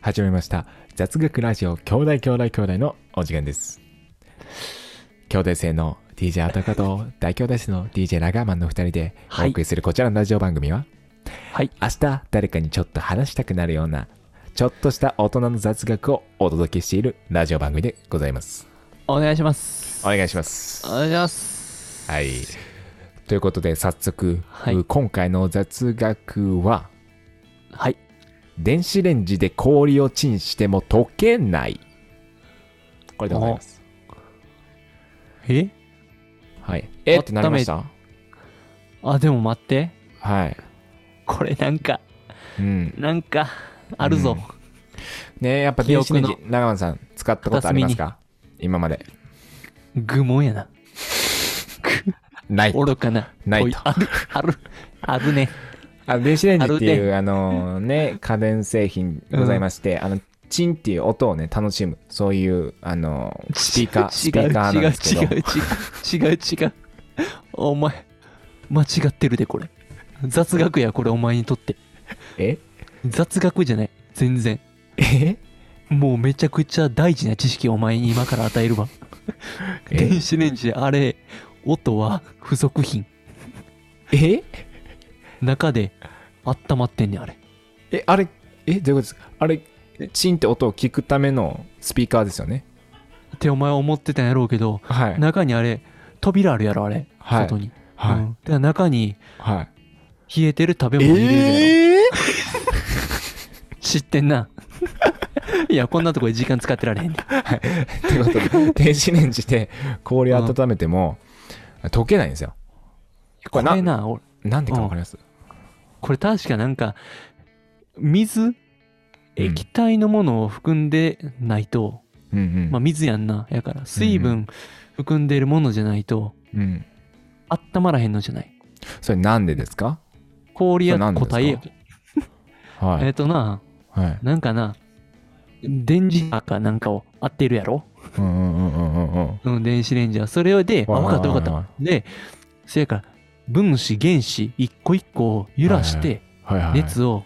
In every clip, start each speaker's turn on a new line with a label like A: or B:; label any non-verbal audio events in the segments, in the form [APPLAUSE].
A: 始めました雑学ラジオ兄弟兄弟兄弟のお時間です兄弟生の DJ アタカと大兄弟生の DJ ラガーマンの2人でお
B: はい
A: 送りするこちらのラジオ番組は、
B: はい
A: 明日誰かにちょっと話したくなるようなちょっとした大人の雑学をお届けしているラジオ番組でございます
B: お願いします
A: お願いします
B: お願いします
A: はいということで早速、
B: はい
A: 今回の雑学は
B: はい
A: 電子レンジで氷をチンしても溶けないこれでございます
B: え
A: はい
B: え
A: えってなりました
B: あでも待って
A: はい
B: これなんか
A: うん
B: なんかあるぞ、
A: ねやっぱ電子レンジ
B: 記
A: 長野さん使ったことありますか今まで
B: 愚問やな
A: ない
B: 愚かな
A: ないと
B: おあるあるあるね
A: あ電子レンジって
B: あ
A: い
B: る
A: うあの
B: [LAUGHS]
A: ね家電製品ございまして、あのチンっていう音をね楽しむそういうあのスピーカースピ
B: [LAUGHS] 違う
A: ーカーなんですけど
B: 違う違う違う違う違う違うお前間違ってるでこれ雑学やこれお前にとって
A: え
B: 雑学じゃない全然
A: え
B: もうめちゃくちゃ大事な知識をお前に今から与えるわ
A: え
B: 電子レンジであれ音は付属品
A: え
B: 中で温まってんねんあれ
A: えあれえどういうことですかあれチンって音を聞くためのスピーカーですよね
B: ってお前は思ってたんやろうけど
A: はい
B: 中にあれ扉あるやろあれ、
A: はい
B: 外に、
A: はい、
B: うん、で中に
A: はい
B: 冷えてる食べ物入れるやろ、
A: ええ
B: 知ってんな [LAUGHS] いやこんなとこで時間使ってられへんね
A: ー、ってことで [LAUGHS] 電子レンジで氷温めても溶けないんですよこ
B: こ
A: れな
B: れな俺
A: なんでかわかります
B: これ確かなんか水液体のものを含んでないと、
A: うんうん、
B: まあ水やんなやから水分含んでるものじゃないと
A: うん
B: 温まらへんのじゃない
A: それなんでですか
B: 氷
A: それな
B: や
A: んでです
B: 固
A: か
B: 体や
A: は
B: えっ、
A: い
B: とな
A: はい
B: なんかな電磁波かなんかを当てるやろ、
A: うんうんうんうんうんうん
B: うん、電子レンジはそれであ
A: わ
B: 分かった分か
A: わ
B: ったでせやから分子原子一個一個を揺らして、
A: はいはい
B: 熱を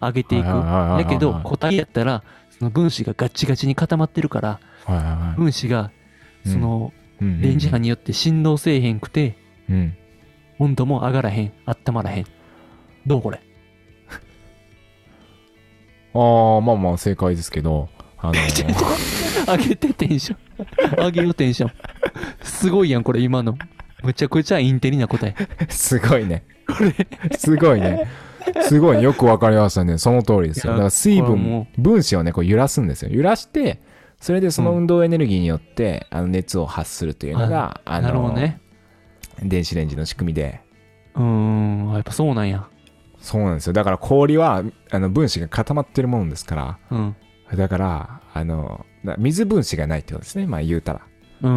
B: 上げていく。
A: はいはいはいはいはい
B: だけど、固体やったら、その分子がガチガチに固まってるから、
A: はいはいはい
B: 分子が、その、電磁波によって振動せえへんくて、
A: うんうん
B: 温度も上がらへん、温まらへん。どうこれ
A: ああまあまあ正解ですけどあの
B: [LAUGHS] 上げてテンション。上げようテンション。すごいやん、これ今の。むちゃくちゃインテリな答え。
A: すごいねすごいねすごいよくわかりましたねその通りですよ
B: いや
A: だから水
B: これは
A: 分
B: も
A: 分子をねこう揺らすんですよ揺らしてそれでその運動エネルギーによって、あの熱を発するというのがあ
B: なるほ
A: の
B: どね。
A: 電子レンジの仕組みで
B: うーん、やっぱそうなんや。
A: そうなんですよだから氷はあの分子が固まってるものですから
B: うん。
A: だからあのな水分子がないってことですねまあ言うたら、
B: うーん。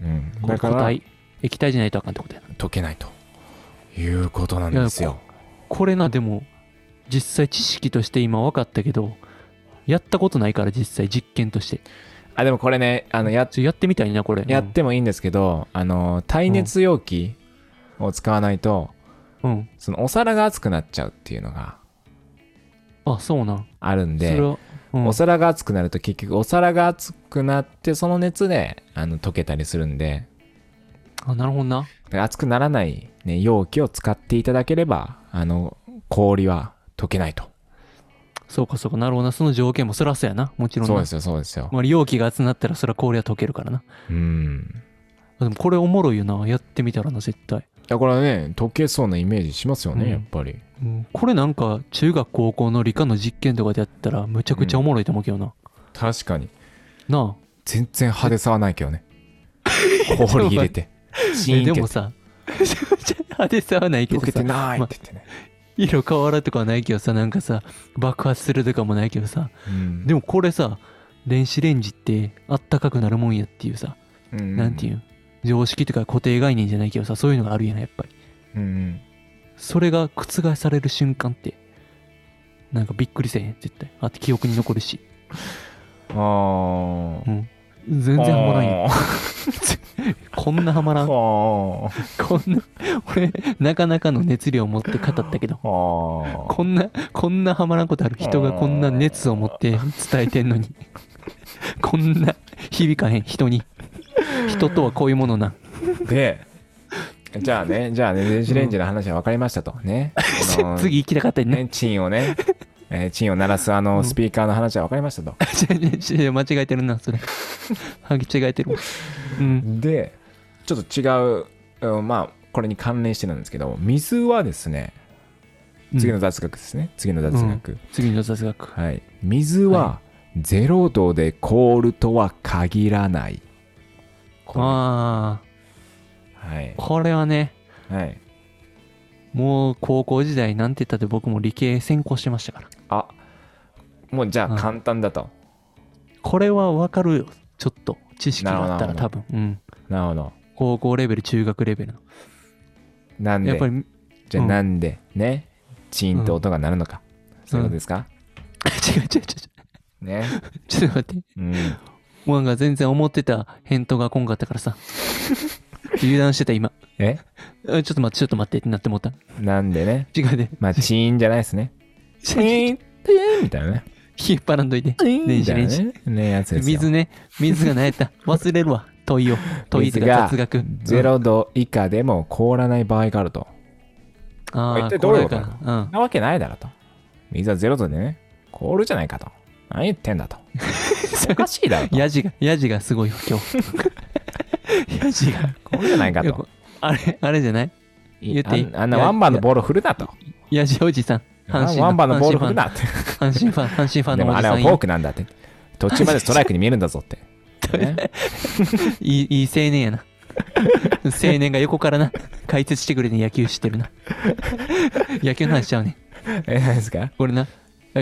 A: うん、だ
B: 固
A: から
B: 体。液体じゃないとあかんってことやな
A: 溶けないということなんですよ
B: これなでも実際知識として今分かったけどやったことないから実際実験として
A: あでもこれねあのや
B: ちょやってみたいなこれ
A: やってもいいんですけど、あの耐熱容器を使わないと、
B: うん、
A: そのお皿が熱くなっちゃうっていうのが
B: うんあそうなん
A: あるん
B: それ
A: で、
B: は、うん
A: お皿が熱くなると結局お皿が熱くなってその熱であの溶けたりするんで
B: あなるほどな
A: だから熱くならない、ね、容器を使っていただければあの氷は溶けないと
B: そうかそうかなるほどなその条件もそらそうやなもちろんな
A: そうですよそうですよ
B: まあ、容器が集まったらそら氷は溶けるからな
A: うん
B: あでもこれおもろいよなやってみたらな絶対、
A: いやこれはね溶けそうなイメージしますよね、
B: うん
A: やっぱり
B: うん、これなんか中学高校の理科の実験とかでやったらむちゃくちゃおもろいと思うけどな、
A: 確かに
B: なあ
A: 全然派手さはないけど
B: [LAUGHS]
A: ね氷入れてシーン
B: え
A: っ
B: で
A: て
B: もさ [LAUGHS] 派手さはないけ
A: 溶
B: ど
A: け
B: さ
A: てないって言ってね、
B: 色変わらとかはないけどさなんかさ爆発するとかもないけどさ
A: うん
B: でもこれさ電子レンジってあったかくなるもんやっていうさ、
A: うん
B: なんていうん常識とか固定概念じゃないけどさそういうのがあるやなやっぱり
A: うんうん
B: それが覆される瞬間ってなんかびっくりせえへん絶対あって記憶に残るし、
A: あー
B: うん、全然ハマらんよ
A: あー
B: ここんなハマらん。こ
A: ほ
B: んな、俺、なかなかの熱量を持って語ったけど
A: う。ほ
B: こんな、こんなハマらんことある人がこんな熱を持って伝えてんのに。こんな響かへん人に。人とはこういうものなん。
A: うでじゃあねじゃあね電子レンジの話は分かりましたと
B: [LAUGHS]
A: ねこの
B: 次行きたかったよね。
A: ねチンをね、えーチンを鳴らすあのスピーカーの話は分かりましたと
B: 違う違う違う間違えてるなそれはぎ違えてるわうん
A: でちょっと違う、うんまあこれに関連してなんですけど水はですね次の雑学ですね、次の雑学、
B: 次の雑学
A: はい水は0度で凍るとは限らないこれ
B: ああ
A: はい
B: これはね
A: はい
B: もう高校時代なんて言ったって僕も理系専攻してましたから
A: あもうじゃあ簡単だと
B: これはわかるよちょっと知識があった
A: な
B: ら
A: る
B: 多
A: ほ
B: 分うん
A: なるほど
B: 高校レベル中学レベルの
A: なん
B: やっ
A: で
B: ぱり [LAUGHS] 違
A: じゃあ
B: うん
A: なんでねチーンと音が鳴るのか、そういうことですか、
B: う違う違う
A: ね
B: [LAUGHS] ちょっと待って
A: うん
B: もうなんか全然思ってた返答がこんかったか
A: [LAUGHS]
B: らさ油断してた今
A: え
B: あちょっと待ってちょっと待ってってなって思った
A: なんでね
B: 違うで
A: まあチーンじゃないですねチーンピーンみたいなね
B: 引っ張らんといて電
A: み
B: 子
A: たい
B: レン
A: な
B: ジ
A: ねねやつですよ
B: 水ね水が何やった忘れるわ問いを問いと
A: 水
B: か
A: が
B: 雑学
A: 0度以下でも凍らない場合があると
B: うんあ
A: 一
B: あ
A: 体どういうこ
B: ことれかうん
A: なわけないだろと。水はゼロ度でね、凍るじゃないかと。何言ってん
B: [LAUGHS]
A: だと。おかしいだろと。
B: ヤジがヤジがすごいわ今
A: [LAUGHS]
B: 日ヤジが
A: 凍るじゃないか
B: よく
A: と。
B: あれあれじゃない言っていい
A: あんあんなワンバンのボール振るなと。
B: ヤジおじさん
A: あ
B: 阪
A: ん
B: 神
A: なワンバンのボール振る
B: 阪
A: なって。
B: 神ファ
A: [LAUGHS]
B: ン阪神ファン
A: で
B: のお
A: もあれ
B: じさ
A: は
B: ん
A: フォークなんだって。途中までストライクに見えるんだぞって。
B: [LAUGHS]
A: ね
B: いいいい青年やな [LAUGHS] 青年が横からな解説してくれて野球して
A: [LAUGHS]
B: るな野球の話しちゃうね
A: え、何ですか
B: これな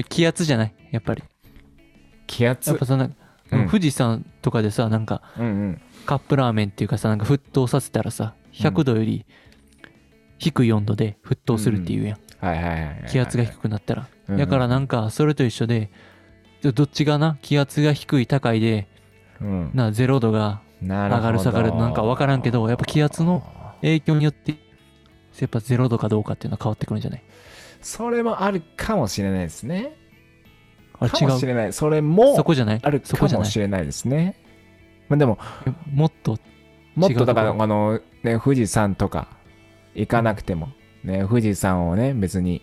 B: 気圧じゃないやっぱり
A: 気
B: やっ
A: 圧
B: ぱ。そんな、
A: うん
B: 富士山とかでさなんか
A: うんうん。
B: カップラーメンっていうかさなんか沸騰させたらさ
A: う
B: 100
A: ん
B: 度より低い温度で沸騰するっていうやん、
A: はいはいはいはい。
B: 気圧が低くなったら、
A: うんうん
B: だからなんかそれと一緒でどどっちがな気圧が低い高いで
A: うん
B: な0度が
A: なほ
B: 上
A: ど
B: がる下がるなんか分からんけどやっぱ気圧の影響によってやっぱ0度かどうかっていうのは変わってくるんじゃない
A: それもあるかもしれないですね。
B: あれ
A: か
B: 違
A: もし
B: う
A: れない。それも
B: そこじゃない
A: ある
B: そ
A: か
B: こじゃ
A: も
B: ない
A: しれないですね。まあでも、
B: もっと [LAUGHS]
A: もっとだか
B: 違う
A: ら、
B: とこ
A: あの、ね、富士山とか行かなくても、ね、富士山をね、別に、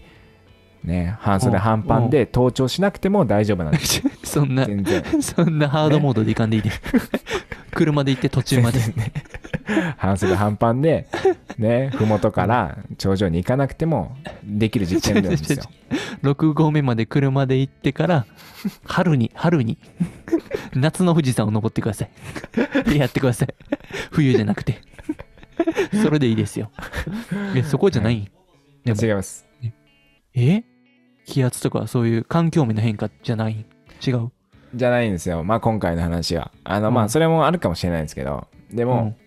A: ね、半
B: う
A: 袖
B: ん
A: 半パンで登頂しなくても大丈夫なん
B: [LAUGHS]
A: です。
B: そんな
A: 全然。
B: そんなハードモードでいかんでいいで車で行って途中まで
A: 全然ね。半袖半パンで、ね、ふもとから頂上に行かなくてもできる実験なんですよ。
B: 6合目まで車で行ってから春に春に夏の富士山を登ってくださいでやってください冬じゃなくてそれでいいですよえそこじゃない、 [LAUGHS] でも
A: 違います。
B: え気圧とかそういう環境面の変化じゃない違う
A: じゃないんですよ。まあ今回の話は。あの、ま
B: う
A: あ
B: ん
A: それもあるかもしれないんですけど、でも、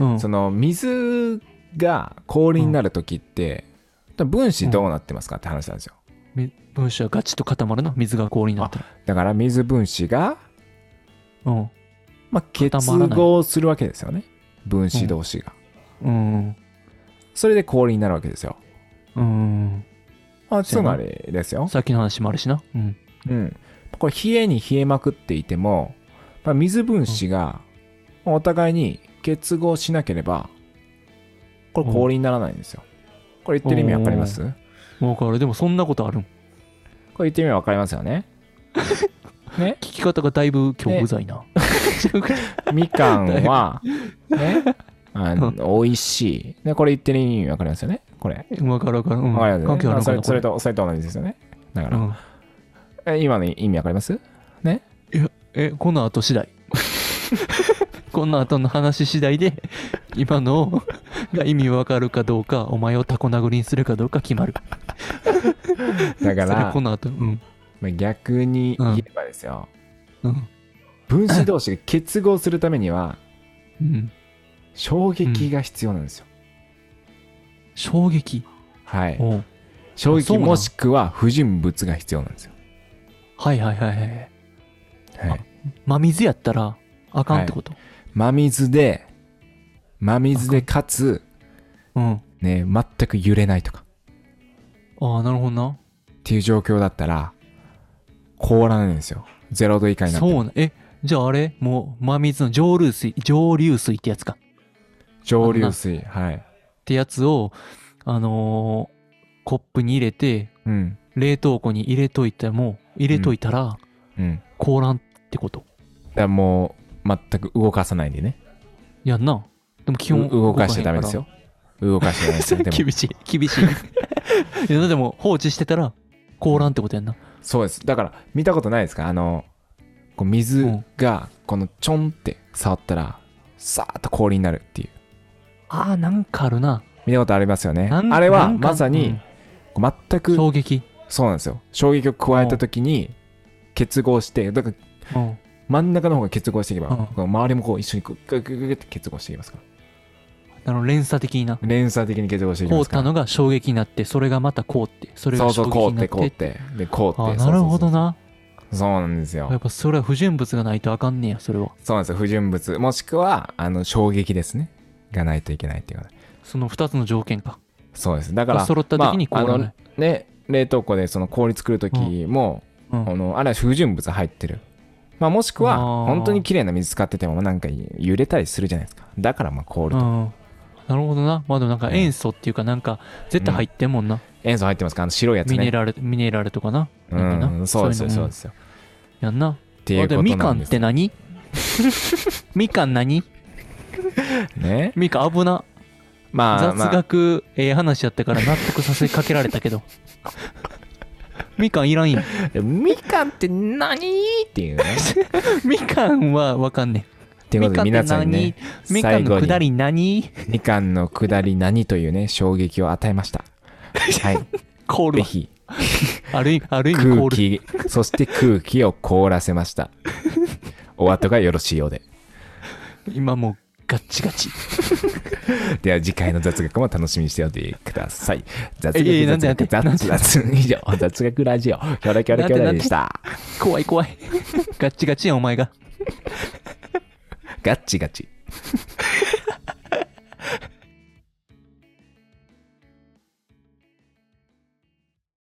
B: うん、うん
A: その水が氷になる時って、分子どうなってますかって話なんですよ。
B: み分子はガチッと固まるな水が氷になったら
A: だから水分子が、
B: うん
A: まあ、結
B: 固まらない
A: 合するわけですよね。分子同士が。
B: うん
A: それで氷になるわけですよ。
B: うん
A: まあ、つ
B: そうや
A: ま
B: な
A: りですよ。
B: さっきの話もあるしなうん
A: うん。これ冷えに冷えまくっていても、まあ、水分子がまあお互いに結合しなければ、これ氷にならないんですよ。これ言ってる意味わかります
B: もうこれでもそんなことあるん
A: これ言ってる意味わかりますよ
B: [LAUGHS]
A: ね。ね
B: 聞き方がだいぶ今日う
A: [LAUGHS]
B: ざいな。
A: みかんは、ね、あの美味しい。ね、これ言ってる意味わかりますよねこれ。
B: わかるわかる。うん
A: わかりますよね
B: 関係あ
A: ま
B: る
A: あ
B: の
A: そ
B: か
A: れ
B: な
A: それ、
B: こと
A: それと同じですよね。だか
B: れ
A: ら、
B: うん
A: え今の意味わかります
B: え、この後次第。 [LAUGHS] この後の話次第で、今のが意味わかるかどうか、お前をタコ殴りにするかどうか決まる。
A: だか
B: それ
A: ら
B: こ、の後、うん。
A: まあ逆に言えばですよ、
B: うん。
A: 分子同士が結合するためには、
B: うん、
A: 衝撃が必要なんですよ。
B: 衝撃。
A: はい。
B: おう
A: 衝
B: そ
A: 撃
B: うなん
A: もしくは不純物が必要なんですよ。
B: はいはいはいはい。
A: はい。
B: 真水やったら、あかんってこと。
A: 真水で真水でかつ、
B: うん。
A: ね、全く揺れないとか
B: ああ、なるほどな。
A: っていう状況だったら、凍らないんですよ。0度以下になって
B: そ
A: も
B: うな。え、じゃああれもう、真水の蒸留水、蒸留水ってやつか。
A: 蒸留水。はい。
B: ってやつを、あのーコップに入れて、
A: うん。
B: 冷凍庫に入れといても、入れといたら、
A: うん。だか
B: 凍らんってこと。
A: らもう、全く動かさないんでね。
B: やんな。でも基本
A: う動かしちゃダメです
B: 動
A: よ。動かしちゃダメです
B: かへ
A: よ。
B: ん
A: で
B: から。
A: も、
B: [LAUGHS] 厳しい、厳し
A: [LAUGHS]
B: い。いや、でも放置してたら、凍らんってことやんな。
A: そうです。だから、見たことないですかあの、こう水が、このちょんって触ったら、さーっと氷になるっていう。
B: ああ、なんかあるな。
A: 見たことありますよね。
B: なん
A: あれは、
B: なんか
A: まさに、こう全
B: うん
A: く、
B: 衝撃。
A: そうなんですよ。衝撃を加えた時に、結合して、だから
B: うん
A: 真ん中の方が結合していけば、
B: うん
A: この周りもこう一緒にこうググググって結合していきますから
B: あの連鎖的にな。
A: 連鎖的に結合していき
B: 凍
A: ま
B: っ
A: すから
B: たのが衝撃になって、それがまた凍って、それ
A: そ
B: が
A: うそ
B: 衝
A: う凍
B: 撃
A: っ
B: になって。
A: 凍っててで凍って
B: ああ、
A: そうそうそう
B: なるほどな。
A: そうなんです
B: や
A: よ
B: っぱそれは不純物がないとあかんねや、それは。
A: そうなんですよ不純物もしくはあの衝撃ですねがないといけないっていうこと
B: その2つの条件か。
A: そうですだから
B: 揃った時に凍らな
A: まあ
B: い
A: あのね冷凍庫でその氷作る時も、
B: うん
A: あのあれは不純物入ってるまあもしくは
B: あー
A: 本当に綺麗な水使っててもなんか揺れたりするじゃないですかだからまあ凍る
B: う
A: と、
B: ん。なるほどな。まあでもなんか塩素っていうか、なんか絶対入ってんもんな。
A: 塩素入ってますかあの白いやつね
B: ミネラル、ミネラルとかな。なんか
A: う
B: なん
A: そうです
B: い
A: よ
B: の
A: そうですよ
B: やんな。
A: っていう
B: あ
A: こ
B: で
A: と
B: もみ
A: な
B: か
A: ん
B: ん
A: で
B: っ
A: す [LAUGHS]
B: て何みかん何
A: ね。
B: みかん危な。
A: まあ、
B: 雑
A: まあ、
B: 学、ええ話やったから納得させかけられた
A: [LAUGHS]
B: けど。みかんいらんやん。
A: みかんって何って
B: [LAUGHS]
A: いうね。
B: みかんはわかんね
A: っていうことで皆さんにね、
B: ん。みかんのくだ
A: 最後に
B: り何
A: みかんのくだり何というね、衝撃を与えました。
B: [LAUGHS]
A: はい。
B: 凍る
A: ぜ
B: わ。
A: ひ、
B: ある意味、ある意味凍
A: 空
B: る。
A: 気、そして空気を凍らせました。 [LAUGHS] お後がよろしいようで。
B: 今もうガッチガチ。
A: では次回の雑学も楽しみにしておいてください。雑学、
B: ええなん
A: 雑
B: でなん
A: 学、
B: で
A: 雑
B: なん
A: 学、雑学
B: で
A: 以上、雑学ラジオ、キョロキョロキョロでした。
B: 怖い [LAUGHS] 怖い。ガッチガチやんお前が。
A: ガッチガチ。